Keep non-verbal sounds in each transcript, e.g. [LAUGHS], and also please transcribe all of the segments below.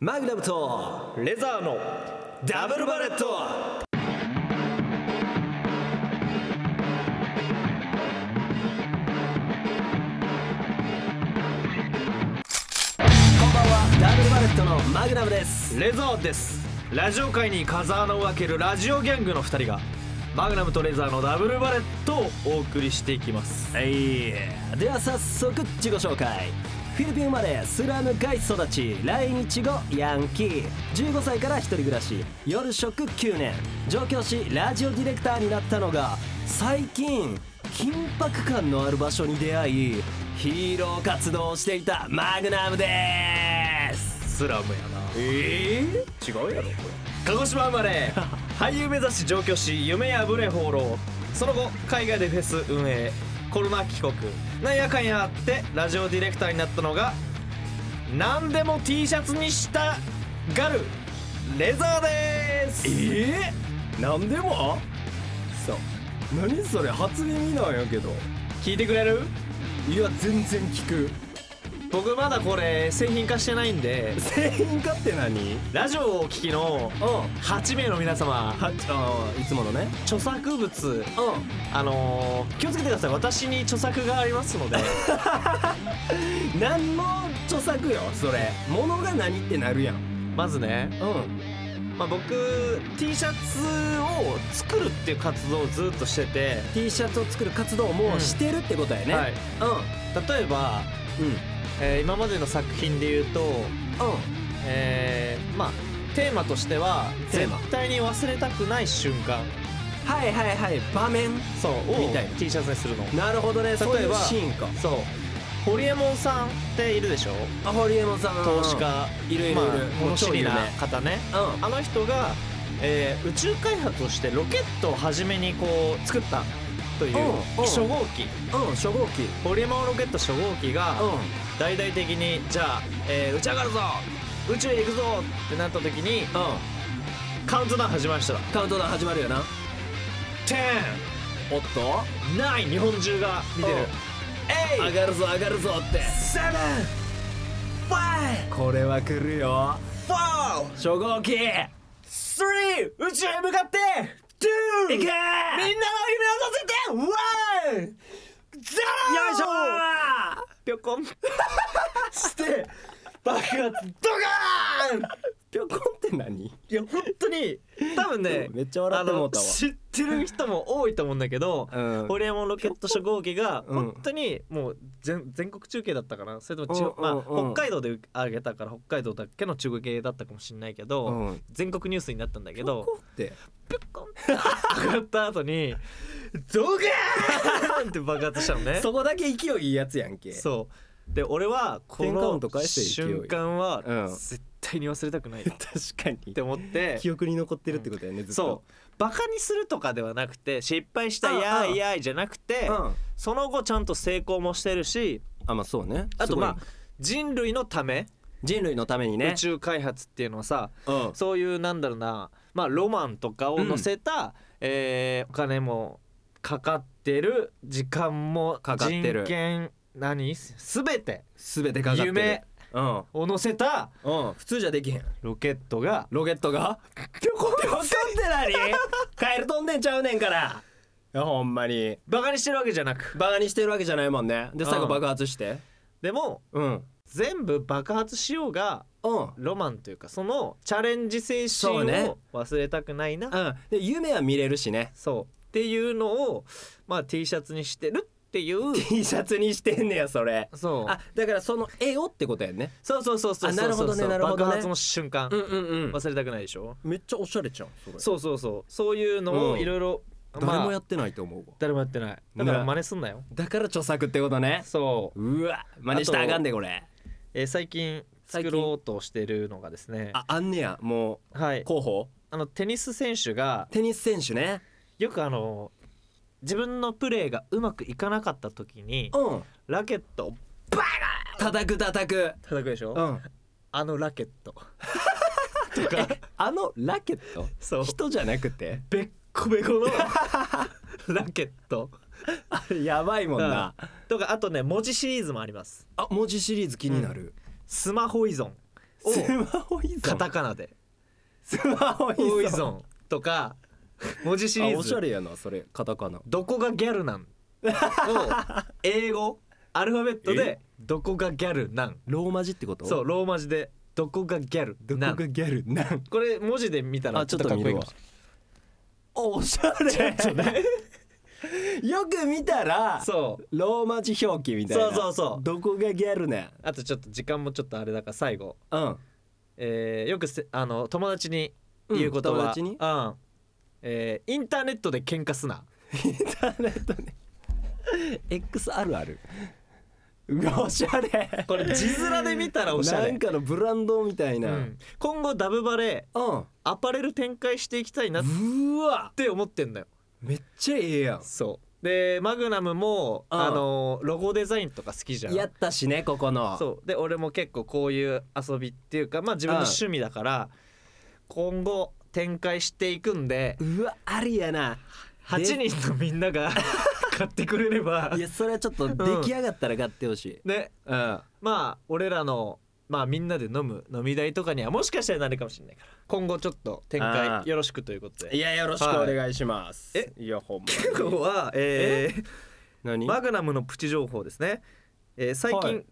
マグナムとレザーのダブルバレットこんばんはダブルバレットのマグナムですレザーですラジオ界に風穴を開けるラジオギャングの2人がマグナムとレザーのダブルバレットをお送りしていきますはいでは早速自己紹介フィリピン生まれスラム街育ち来日後ヤンキー15歳から一人暮らし夜食9年上京しラジオディレクターになったのが最近緊迫感のある場所に出会いヒーロー活動をしていたマグナムですスラムやなええ違うやろこれ鹿児島生 [LAUGHS] まれ俳優目指し上京し夢破れ放浪その後海外でフェス運営コロナ帰国なんやかんやあってラジオディレクターになったのが何でも T シャツにしたがるレザーですええなんでもそう何それ初耳なんやけど聞いてくれるいや全然聞く [LAUGHS] 僕まだこれ製品化してないんで全員かって何ラジオを聞きのうん8名の皆様はあーいつものね著作物うあのー、気をつけてください私に著作がありますのでん何の著作よそれ物が何ってなるやんまずねうんまあ、僕 T シャツを作るっていう活動をずっとしてて、 T シャツを作る活動もしてるってことやね、はい、例えば、うんうんえー今までの作品で言ううと、えーまあ、テーマとしてはテー絶マ対に忘れたくない瞬間んはいはいはい場面そうをみたいな T シャツにするのなるほどね例えばそう例いえうばシーンかそうホリエモンさんっているでしょあ堀江門さん投資家いるいるいるまあもう物知超有り名な方ねうあの人が、えー宇宙開発をしてロケットを初めにこう作ったといううんうん初号機んうん初号機ホリエモンロケット初号機がう大々的にじゃあ、えー打ち上がるぞ宇宙へ行くぞってなった時にんうんカウントダウン始まりましたカウントダウン始まるよな10おっとない日本中が見てるうんえ上いがるぞ上がるぞってセブンこれは来るよファイフォー初号機スリー宇宙へ向かってトゥーいけーみんなの夢を乗せてワンゼロよいしょーぴょこんして爆発ドカーンぴょこんって何いや本当に多分ねめっちゃ [LAUGHS] 笑ってもうたわあの知ってる人も多いと思うんだけど、うんホリエモンロケット初号機がうん本当にもう全全国中継だったかなそれともち、うんうんうんまあ、北海道であげたから北海道だけの中継だったかもしれないけど、うん全国ニュースになったんだけどってピュッコンって上がった後にドカーンって爆発したのね。 [LAUGHS] そこだけ勢いいいやつやんけそうで俺はこ10カウンのト返せ勢い瞬間はうん絶対に忘れたくないなっ [LAUGHS] 確かにて思って記憶に残ってるってことやねずっとそうバカにするとかではなくて失敗したうんやうーんやーいじゃなくて、んその後ちゃんと成功もしてるしあまあそうねあすとごいまあ人類のため、人類のために宇ね宙開発っていうのはさうんそういうなんだろうなまあロマンとかを乗せた、えーお金もかかってる時間もかかってる人権何すべて全てかかってる夢うんを乗せたうん普通じゃできへんロケットがロケットがぴょこんぴょこんって何カエル飛んでんちゃうねんからいやほんまにバカにしてるわけじゃなくバカにしてるわけじゃないもんねで最う後ん爆発してでもうん全部爆発しようがうんロマンというかそのチャレンジ精そ神うねを忘れたくないなそう,、うんで夢は見れるしねっていうのを、まあ、T シャツにしてるっていう [LAUGHS] T シャツにしてんねやそれそうあだからその絵をってことやんねそうそうそうそうあなるほどねそうそうそなうるほどね爆発の瞬間、んうん忘れたくないでしょめっちゃおしゃれじゃんそれそうそうそうそういうのうをんいろいろ誰もやっってないと思うわ誰もやってないだから真似すんなよ、だから著作ってことねそう、うわ真似したらあかんでこれえー最近最作近ろうとしてるのがですねああんねやもはうい候補あのテニス選手がテニス選手ねよくあの自分のプレーがうまくいかなかった時にうんラケットを叩く叩く叩くでしょ、んあのラケッ [LAUGHS] トとかあのラケットそう人じゃなくてべっこべこ [LAUGHS] のラケットやばいもんなとかあとね文字シリーズもありますあ文字シリーズ気になるスマホ依存をスマホ依カ存タカナでスマホ依「お依存存」とか文字シリあーおしゃズれやなそれカタカナ「どこがギャルなん」を英語アルファベットで「どこがギャルなんローマ字ってこ」とそうローマ字で「どこがギャルどこながん」ギャルなんこれ文字で見たらあちちょょっっととかっこいい見るかわもしおしゃれれない [LAUGHS] よく見たらそうローマ字表記みたいなそうそうそうどこがギャルねあとちょっと時間もちょっとあれだから最後んうんえーよくせあの友達に言うことうん友は、達にうんえーインターネットで喧嘩すなインターネットね X あるあるうわおしゃれこれ字面で見たらおしゃなれん、かのブランドみたいうなうんん、今後ダブバレアパレル展開していきたいなっうわて思ってんだよめっちゃええやそうでマグナムもうんあのロゴデザインとか好きじゃんんやったしねここのそうで俺も結構こういう遊びっていうかまあ自分のうん趣味だから今後展開していくんでうわありやな8人のみんなが [LAUGHS] 買ってくれればいやそれはちょっと出来上がったら買ってほしいねうんまあ俺らのまあみんなで飲む飲み代とかにはもしかしたらなるかもしれないから今後ちょっと展あ開ーよろしくということいでやよろしくお願いしますはいいやほんま今日は、えー [LAUGHS] 何マグナムのプチ情報ですね、えー最近、はい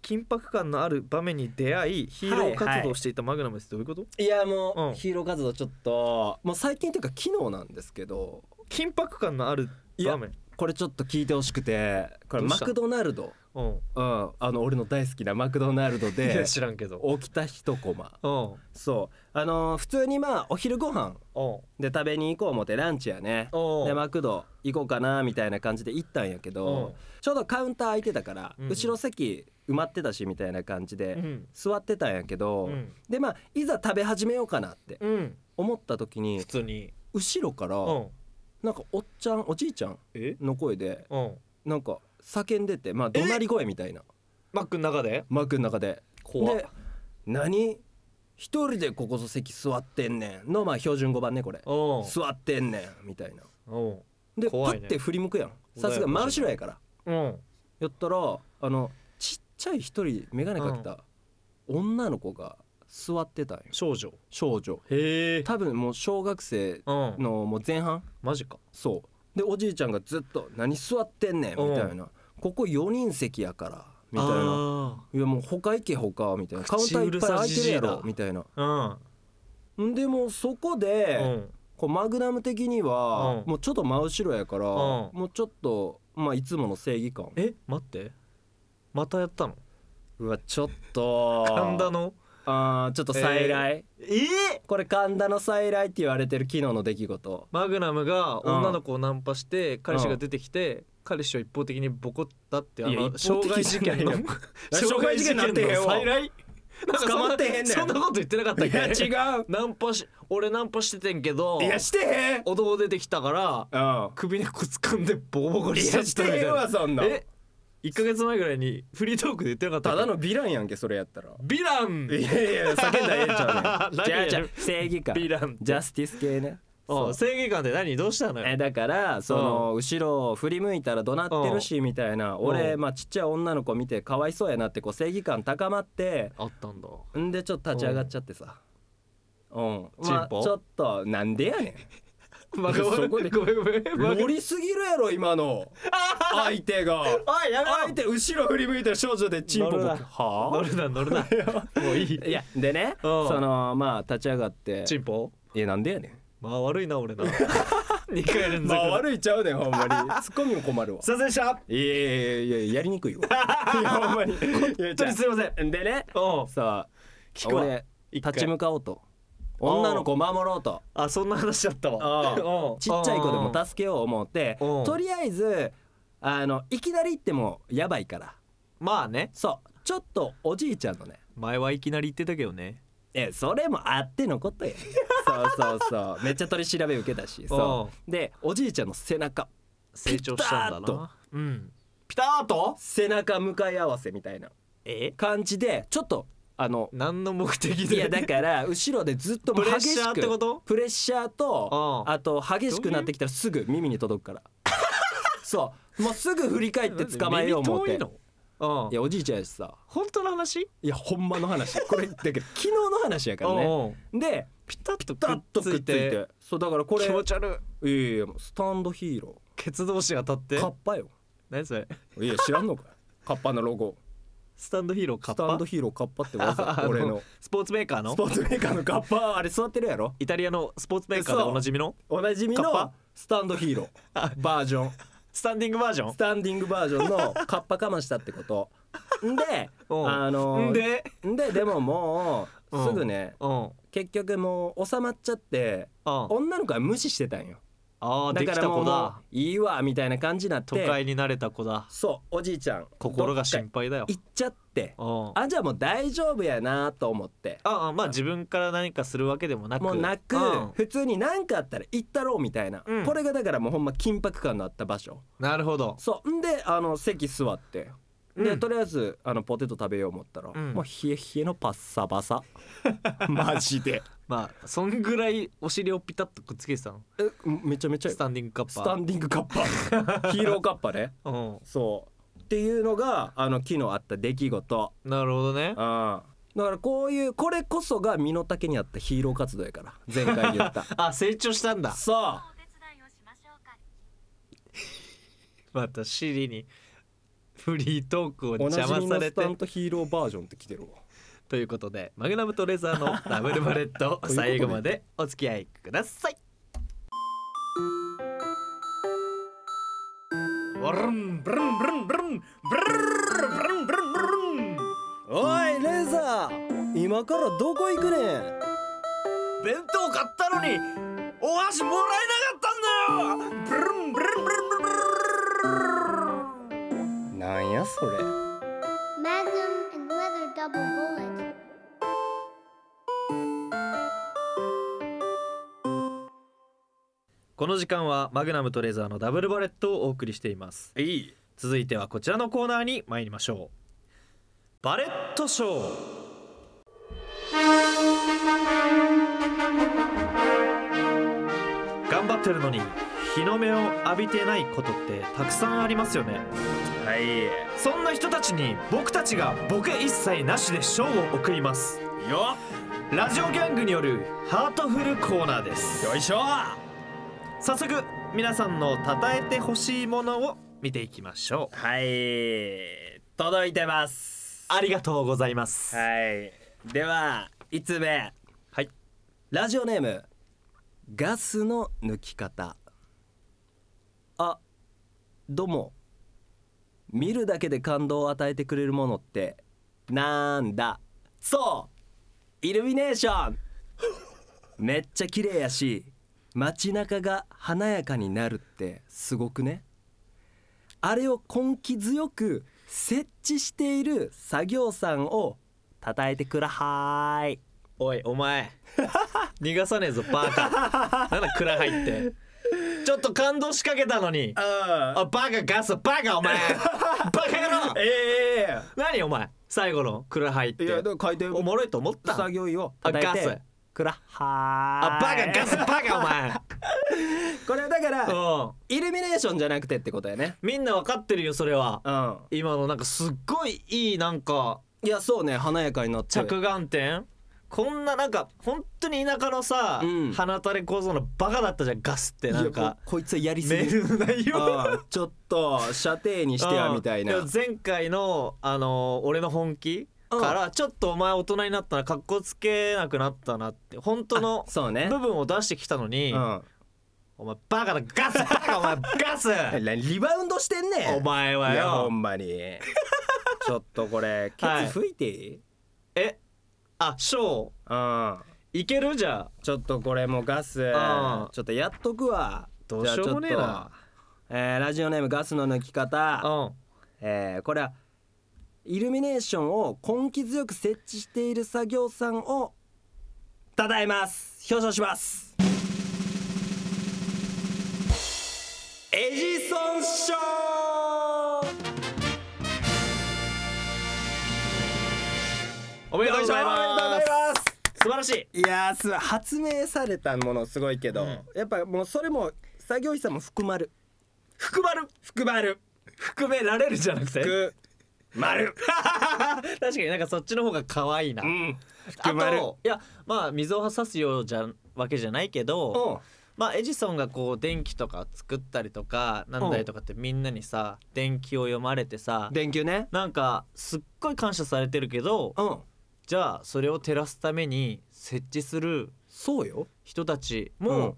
緊迫感のある場面に出会いヒーロー活動をしていたマグナムです、どういうこいやうもんうヒーロー活動ちょっともう最近というか昨日なんですけどと緊迫感のある場面これちょっと聞いてほしくてこれどうマしたクドナルドうんうんあの俺の大好きなマクドナルドいやで知らんけど起きた一コマうんそうあのー普通にまあお昼ご飯うんで食べに行こう思ってランチやねおうでマクド行こうかなみたいな感じで行ったんやけおうどちょうどカウンター空いてたからうん後ろ席埋まってたしみたいな感じうでん座ってたんやけどうんでまあいざ食べ始めようかなってうん思った時に普通に後ろからうんなんかおっちゃんおじいちゃんえの声でうんなんか叫んでてまあ怒鳴り声みたいなマックの中でマークの中で怖っで何一人でここの席座ってんねんのまあ標準語版ねこれうん座ってんねんみたいなうんでパ怖いねッて振り向くやんいさすが真後ろやからうんやったらあのちっちゃい一人眼鏡かけた女の子が座ってたんよ少女少女へえ多分もう小学生うんのもう前半マジかそうでおじいちゃんがずっと「何座ってんねん」みたいな「ここ4人席やから」みたいな「いやもう他行け他」みたいな「カウン口ターういるっぱいさ空いてるやじじろいだ」みたいなあんでもうそこーうで、んうんこうマグナム的には、うんもうちょっと真後ろやから、んもうちょっとまあいつもの正義感え待ってまたやったのうわちょっと神田のあーちょっと再来、ええこれ神田の再来って言われてる昨日の出来事マグナムがうん女の子をナンパして彼氏が出てきて彼氏を一方的にボコったってあいやの一方傷的害じ事ゃ [LAUGHS] ないよ傷件 [LAUGHS] の害事件なん [LAUGHS] てへんわ再来なんか [LAUGHS] そ捕まってへんねん [LAUGHS] そんなこと言ってなかった [LAUGHS] っいや違けうナンパし俺ナンパしててんけどいやしてへん男出てきたからうん首根っこ掴んでボコボコにいしちゃやっしたてみたへいんなわそんなんえ1ヶ月前ぐらいにフリートークで言ってなかったたっけだのヴィランやんけそれやったらヴィランいやいや叫んだらええんちゃうねん何じ [LAUGHS] ゃやあじゃあ正義感ヴィランってジャスティス系ねおそう正義感って何どうしたのよえだからその後ろを振り向いたら怒鳴ってるしみたいな俺うんまあちっちゃい女の子見てかわいそうやなってこう正義感高まってあったんだんでちょっと立ち上がっちゃってさうんまあちチンポょっとなんでやねんま [LAUGHS] あ、そこでごめんごめ [LAUGHS] んごめん [LAUGHS] 盛りすぎるやろ今の相手が [LAUGHS] おいや相手後ろ振り向いた少女でチンポ乗僕るな乗はるな乗るなもういいあいやでねうんそのまあ立ち上がってチンポいやなんでやねんまあ悪いな俺な [LAUGHS] 二回連続まあだ悪いちゃうねんほん [LAUGHS] まにツッコミも困るわすいませんでしたいやいやいやいややりに [LAUGHS] くいわいやほんまに本本当にすいませんでねおうさあ聞くわ俺一回立ち向かおうと女の子を守ろうとあそんな話だったわうんお [LAUGHS] うちっちゃい子でも助けよう思ってうんとりあえずあのいきなり行ってもやばいから [LAUGHS] まあねそうちょっとおじいちゃんのね前はいきなり言ってたけどねえそれもあってのことやそうそうそうめっちゃ取り調べ受けた [LAUGHS] しそうでおじいちゃんの背中成長したピんだタッなうんピターと背中向かい合わせみたいなえ感じでちょっとあの何の目的でいやだから後ろでずっとプレッ激しくシャーってことプレッシャーとうんあと激しくなってきたら [LAUGHS] すぐ耳に届くからそうもうすぐ振り返って捕まえよう思って耳遠いのうんいやおじいちゃんやしさ本当の話いやほんまの話これだけど昨日の話やからねうんうんでピタッとダッとくくっっつついいててそうだからこれ気持ち悪いいやいやもうスタンドヒーロケツ同士が立っーてカッパよ何それいや知らん [LAUGHS] のかよカッパのロゴスタンドヒーローカッスパタンドヒーローカッパってわ [LAUGHS] あざあの俺のスポーツメーカーのスポーツメーカーのカッパあれ座ってるやろイタリアのスポーツメーカーでおなじみのおなじみカッのパスタンドヒーローバージョンスタンディングバージョンスタンディングバージョンのカッパかましたってことんでうんあのんでんででももううんすぐねうんうん結局もう収まっちゃってあ女の子は無視してたんよあだできからたも子うもだういいわみたいな感じになっ都て会に慣れた子だそうおじいちゃん心どがっ心か配だよ行っちゃってうんあじゃあもう大丈夫やなと思ってああまあ自分から何かするわけでもなくもうなくうん普通に何かあったら行ったろうみたいな、うんこれがだからもうほんま緊迫感のあった場所なるほどそうんであの席座ってで、うんとりあえずあのポテト食べよう思ったら、うんもう冷え冷えのパッサバ [LAUGHS] サマジでまあそんぐらいお尻をピタッとくっつけてたの [LAUGHS] えめちゃめちゃスタンディングカッパスタンディングカッパヒーローカッパねうんそうっていうのがあの昨日あった出来事なるほどねうんだからこういうこれこそが身の丈にあったヒーロー活動やから前回言った [LAUGHS] あ成長したんだそうお手伝いをしましょうか。またシリにフリートークをおな邪じみ魔さのれスてタントヒーローバージョンって来てるわということでマグナムとレザ [LAUGHS] ーのダブルバレットということで最後までお付き合いくださいおいレーザー今からどこ行くねん弁当買ったのにお箸もらえなかったんだよブルンブルンブルンブルンなんやそれ Magnum and leather double bullet. この時間はマグナムとレザーのダブルバレットをお送りしていますいい続いてはこちらのコーナーに参りましょうバレットショー頑張ってるのに日の目を浴びてないことってたくさんありますよねはいそんな人たちに僕たちが僕一切なしで賞を送りますよラジオギャングによるハートフルコーナーですよいしょは早速皆さんの称えてほしいものを見ていきましょうい届いてますありがとうございますはいでは5つ目はいラジオネームガスの抜き方あどうも見るだけで感動を与えてくれるものってなんだそうイルミネーションめっちゃ綺麗やし街中が華やかになるってすごくねあれを根気強く設置している作業さんを叩いてくらはーいおいお前 [LAUGHS] 逃がさねえぞバ [LAUGHS] カなんだ蔵入ってちょっと感動しかけたのにああバカガスバカ [LAUGHS] お前バカ野郎ええ何お前最後の蔵入っていやだから回転おもろいと思った作業員をあ叩いガスてくらはあバーいカガスバカお前 [LAUGHS] これだからうんイルミネーションじゃなくてってことやねみんなわかってるよそれはうん今のなんかすっごいいいなんかいやそうね華やかになって着眼点こんななんか本当に田舎のさ、うん放たれ小僧のバカだったじゃんガスってなんいやかここいつはやりすメぎールの内容 [LAUGHS] うんちょっと射程にしてやうんみたいなでも前回のあのー俺の本気うんからちょっとお前大人になったな格好つけなくなったなって本当のそうね部分を出してきたのに、うんお前バカだガスバ [LAUGHS] カお前ガスリバウンドしてんねんお前はいやほよんま [LAUGHS] にちょっとこれケはいツ吹いていえあショーうんいけるじゃあちょっとこれもうガスんちょっとやっとくわどうしようもねえじゃあなちょっとえーラジオネームガスの抜き方うんえーこれはイルミネーションを根気強く設置している作業さんをたたえます表彰しますエジソン賞おめでとうございますます素晴らしいいやーすごい発明されたものすごいけど、うんやっぱもうそれも作業員さんも含まる含まる含まる含められるじゃなくて含丸確かになんかそっちの方が可愛いな、 [LAUGHS] うんあ福丸といやまあ水を差すようじゃわけじゃないけど、うんまあ、エジソンがこう電気とか作ったりとかなんだりとかってみんなにさ電気を読まれてさ電球ねなんかすっごい感謝されてるけどうんじゃあそれを照らすために設置するそうよ人たちうんも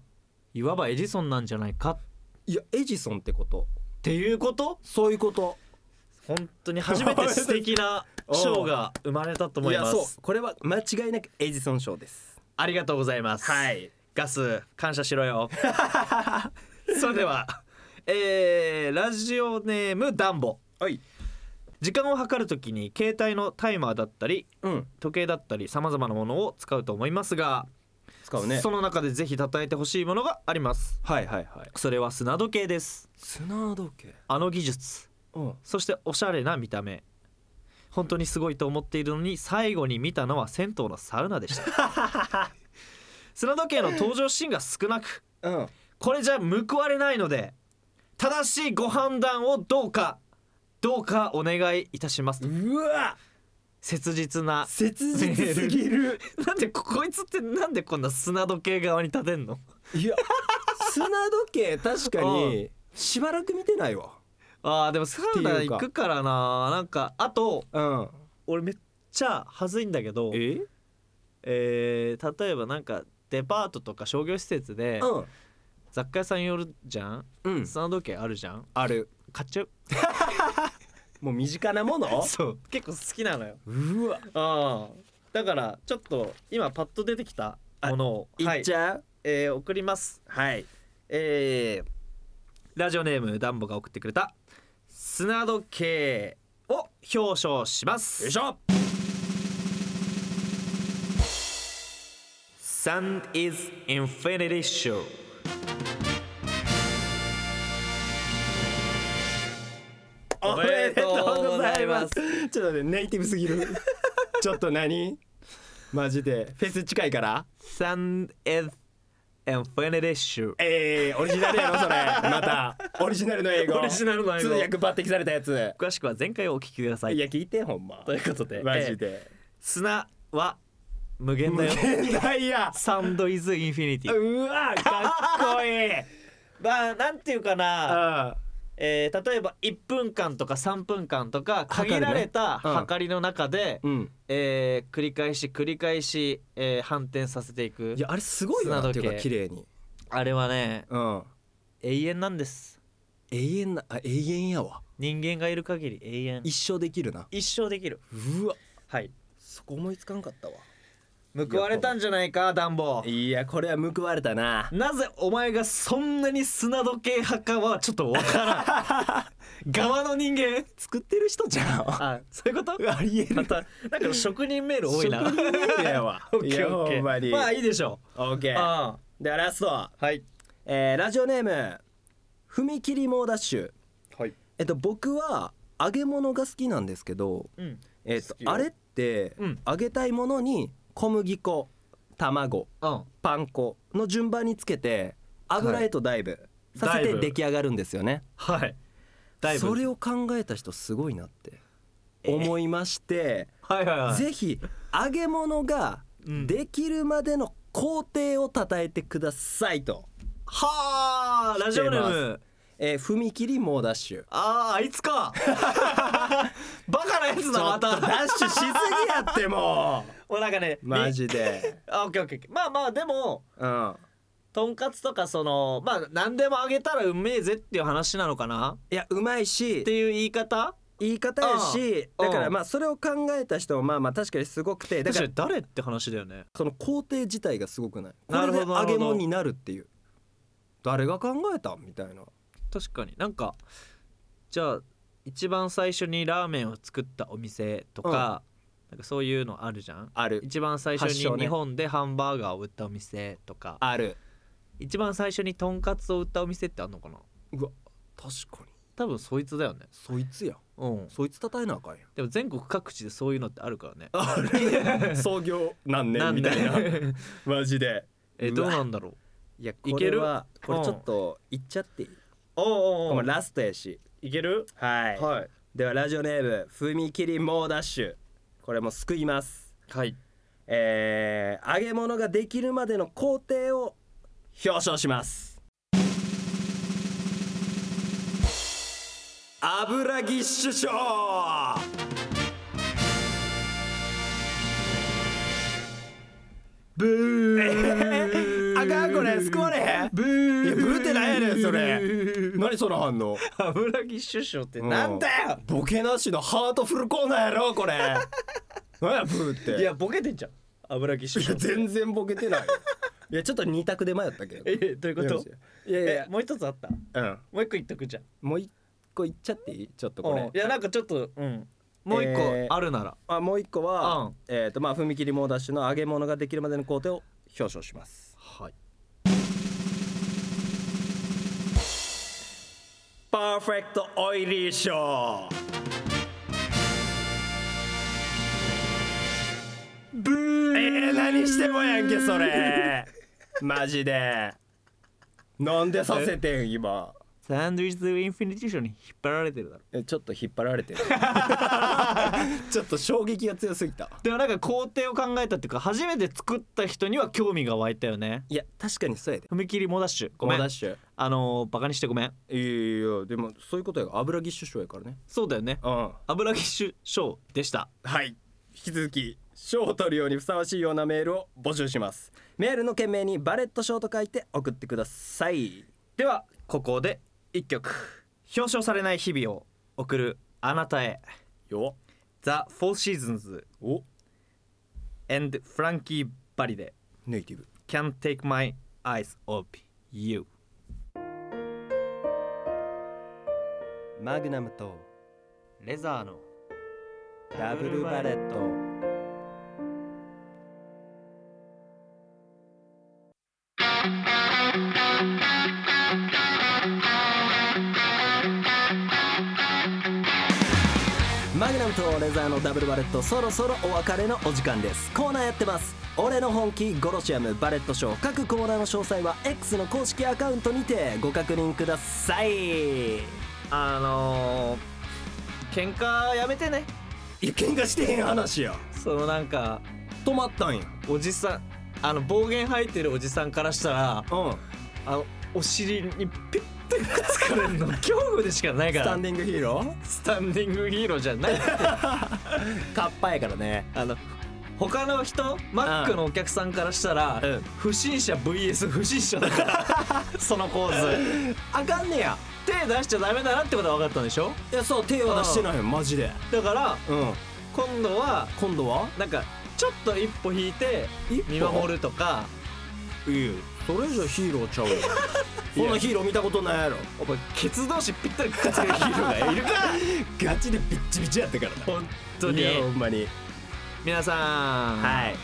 いわばエジソンなんじゃないかっいやエジソンってことていうことそういうこと本当に初めて素敵なおう賞が生まれたと思いまやそうすこれは間違いなくエジソン賞ですありがとうございますはいガス感謝し [LAUGHS] ろよそれではえー、ラジオネームダンボはい時間を計るときに携帯のタイマーだったりうん時計だったりさまざまなものを使うと思いますが、使うねその中でぜひ叩いてほしいものがありますはいはいはいそれは砂時計です砂時計あの技術うんそしておしゃれな見た目本当にすごいと思っているのに最後に見たのは銭湯のサウナでした [LAUGHS] 砂時計の登場シーンが少なくうんこれじゃ報われないので正しいご判断をどうかどうかお願いいたしますとうわ切実な切実すぎる [LAUGHS] なんでここいつってなんでこんな砂時計側に立てんのいや砂時計確かにしばらく見てないわあーでもサウナ行くからななんかあとうん俺めっちゃ恥ずいんだけどえ、えー例えばなんかデパートとか商業施設でうん雑貨屋さん寄るじゃんうん砂時計あるじゃんある買っちゃうもう身近なものそう結構好きなのようわああだからちょっと今パッと出てきたものをいっちはいゃうえー送りますはいえーラジオネームダンボが送ってくれた砂時計を表彰しますよいしょ Sun is infinity show おめでとうございますちょっとねネイティブすぎ [LAUGHS] るちょっと何マジでフェス近いから Sun is infinity show えー、オリジナルやろそれまたオリジナルの英語オリジナルの英通語訳抜擢されたやつ詳しくは前回をお聞きくださいいや聞いてほんまということでマジで砂は無限無だよ限大やサンドイズインフィニ [LAUGHS] ティうわかっこいいまあなんていうかな、あえー例えば1分間とか3分間とか測るね限られたうんはかりの中で、うんえー繰り返し繰り返し、えー反転させていくいやあれすごいな砂って時計いうか綺麗にあれはねうん永遠なんです永遠なあ永遠やわ人間がいる限り永遠一生できるな一生できるうわはいそこ思いつかんかったわ報われたんじゃないか暖房いやこれは報われたななぜお前がそんなに砂時計派かはちょっとわから [LAUGHS] ん側の人間作ってる人じゃんああそういう [LAUGHS] ことりえまるたなんか職人メール多いな職人メールやわ [LAUGHS] オッケいやーオッケほんまにーまあいいでしょうオッケーあではラスト、あはいえー、ラジオネーム踏切猛ダッシュはいえっと僕は揚げ物が好きなんですけどうんえっと好きよあれって、うん揚げたいものに小麦粉卵うんパン粉の順番につけて油絵とダイブさせダイてブ出来上がるんですよね、はいだいぶそれを考えた人すごいなって思いまして、はいはいはいぜひ揚げ物ができるまでの工程をたたえてくださいと、はあラジオネ来てームえー踏切猛ダッシュあああい [LAUGHS] つかバカなやつちだょまっとダたッシュしすぎやっても [LAUGHS] もうなんかねうマジジであオッケーオッケーオッケーまあまあでもうんとんかつとかそのまあ何でもあげたらうめえぜっていう話なのかないやうまいしっていう言い方言い方やしうんだからうんまあそれを考えた人もまあまあ確かにすごくてだ確かからに誰って話だよねその工程自体がすごくないこなれるでほど揚げ物になるっていう誰が考えたみたいな確かになんかじゃあ一番最初にラーメンを作ったお店とか,、なんかそういうのあるじゃんある一番最初発祥ねに日本でハンバーガーを売ったお店とか、ある一番最初にとんかつを売ったお店ってあんのかなうわ確かに多分そいつだよねそいつやうんそいつ叩いなあかんやでも全国各地でそういうのってあるからねあ [LAUGHS] れ創業何なんでマジで [LAUGHS] えうわどうなんだろういやいこけれるはこれうんちょっといっちゃっていいおうおうおこうれラストやしいけるはいはいではラジオネーム踏切猛ダッシュこれも救いますはいえー、揚げ物ができるまでの工程を表彰します油ぎっしゅしょーブー [LAUGHS] あかんこれ救われへんブーいやブルってなんやねんそれ [LAUGHS] 何その反 [LAUGHS] 応油木首相ってなんだよボケなしのハートフルコーナーやろこれ [LAUGHS] 何やブルっていやボケてんじゃん油木首いや相全然ボケてないよいやちょっと二択で迷ったけどえどういうこといやいえやもう一つあったもうんう一個言っとくじゃんもう一個いっちゃっていいちょっとこれうんいやなんかちょっとうんもう一えー個あるならあもう一個は、うんえっ、とまあ踏切猛ダッシュの揚げ物ができるまでの工程を表彰しますはいパーフェクトオイリーショーブーえー、何してもやんけそ [LAUGHS] れマジでなんでさせてん今サンドイッチ・インフィニティションに引っ張られてるだろえちょっと引っ張られてる [LAUGHS] ちょっと衝撃が強すぎたでもなんか工程を考えたっていうか初めて作った人には興味が湧いたよねいや確かにそうやで踏切モダッシュごごめめんんダッシュあのー、バカにしてごめんいやいやいやでもそういうことやから油ぎっしゅしょやからねそうだよねうん油木首相でしたはい引き続き賞を取るようにふさわしいようなメールを募集しますメールの件名にバレット賞と書いて送ってくださいではここで一曲表彰されない日々を送るあなたへよザ・フォーシーズンズお and フランキー・バリでネイティブ Can't Take My Eyes Off You マグナムとレザーのダブルバレットマグナムとレザーのダブルバレットそろそろお別れのお時間ですコーナーやってます俺の本気ゴロシアムバレットショー各コーナーの詳細は X の公式アカウントにてご確認くださいいあのー、喧嘩やめてねや喧嘩してへん話やそのなんか止まったんやおじさんあの暴言吐いてるおじさんからしたらうんあのお尻にピッてくっつかれ [LAUGHS] るの恐怖でしかないかスタらンディングヒーロースタンディングヒーローじゃないカッパやからねあの他の人マックのお客さんからしたら、うん不審者 VS 不審者だから [LAUGHS] その構図あかんねや手出しちゃダメだなってことは分かったんでしょいやそう手は出してないよマジでだからうん今度は今度はなんかちょっと一歩引いて一歩見守るとかいやそれじゃヒーローちゃうよ [LAUGHS] こんなヒーロー見たことないやろお前ケツ同士ぴったりくっつけるヒーローがいるかガチでビッチビチやったからな本当にいやほんまに [LAUGHS] 皆さん、はい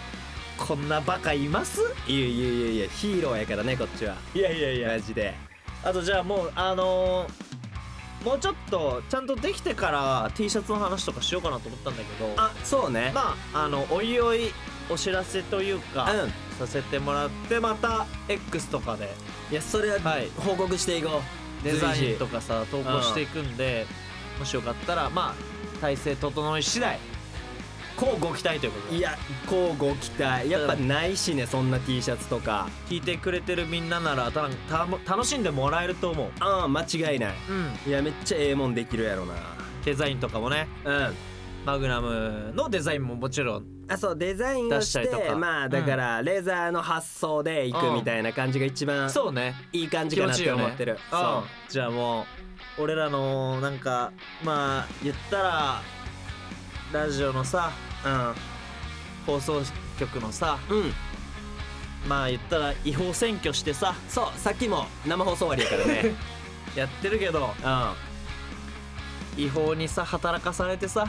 こんなバカいますいやいやいやいやヒーローやからねこっちはいやいやいマジであとじゃあもうあのーもうちょっとちゃんとできてから T シャツの話とかしようかなと思ったんだけどあそうねまああのおいおいお知らせというか、うんさせてもらってまた X とかでいやそれははい報告していこうデザインとかかさ投稿していくんで、もしよかったらまあ体制整い次第こうご期待ということでいや交互期待やっぱないしねそんな T シャツとか聞いてくれてるみんなならたた楽しんでもらえると思ううん間違いないういんやめっちゃええもんできるやろなデザインとかもねうんマグナムのデザインももちろんあそうデザインをし出したりとてかまあだからレザーの発想でいくみたいな感じが一番そうねいい感じ気か持なっちいいてよね思ってるうんそじゃあもう俺らのなんかまあ言ったらラジオのさ放送局のさううんうんまあ言ったら違法占拠してさそうさっきも生放送終わりやから [LAUGHS] ねやってるけど違法にさ働かされてさ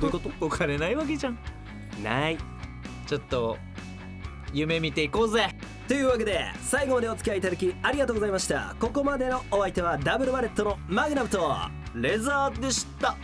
どういうことお金ないわけじゃんうんないちょっと夢見ていこうぜというわけで最後までお付き合いいただきありがとうございましたここまでのお相手はダブルバレットのマグナムとレザーでした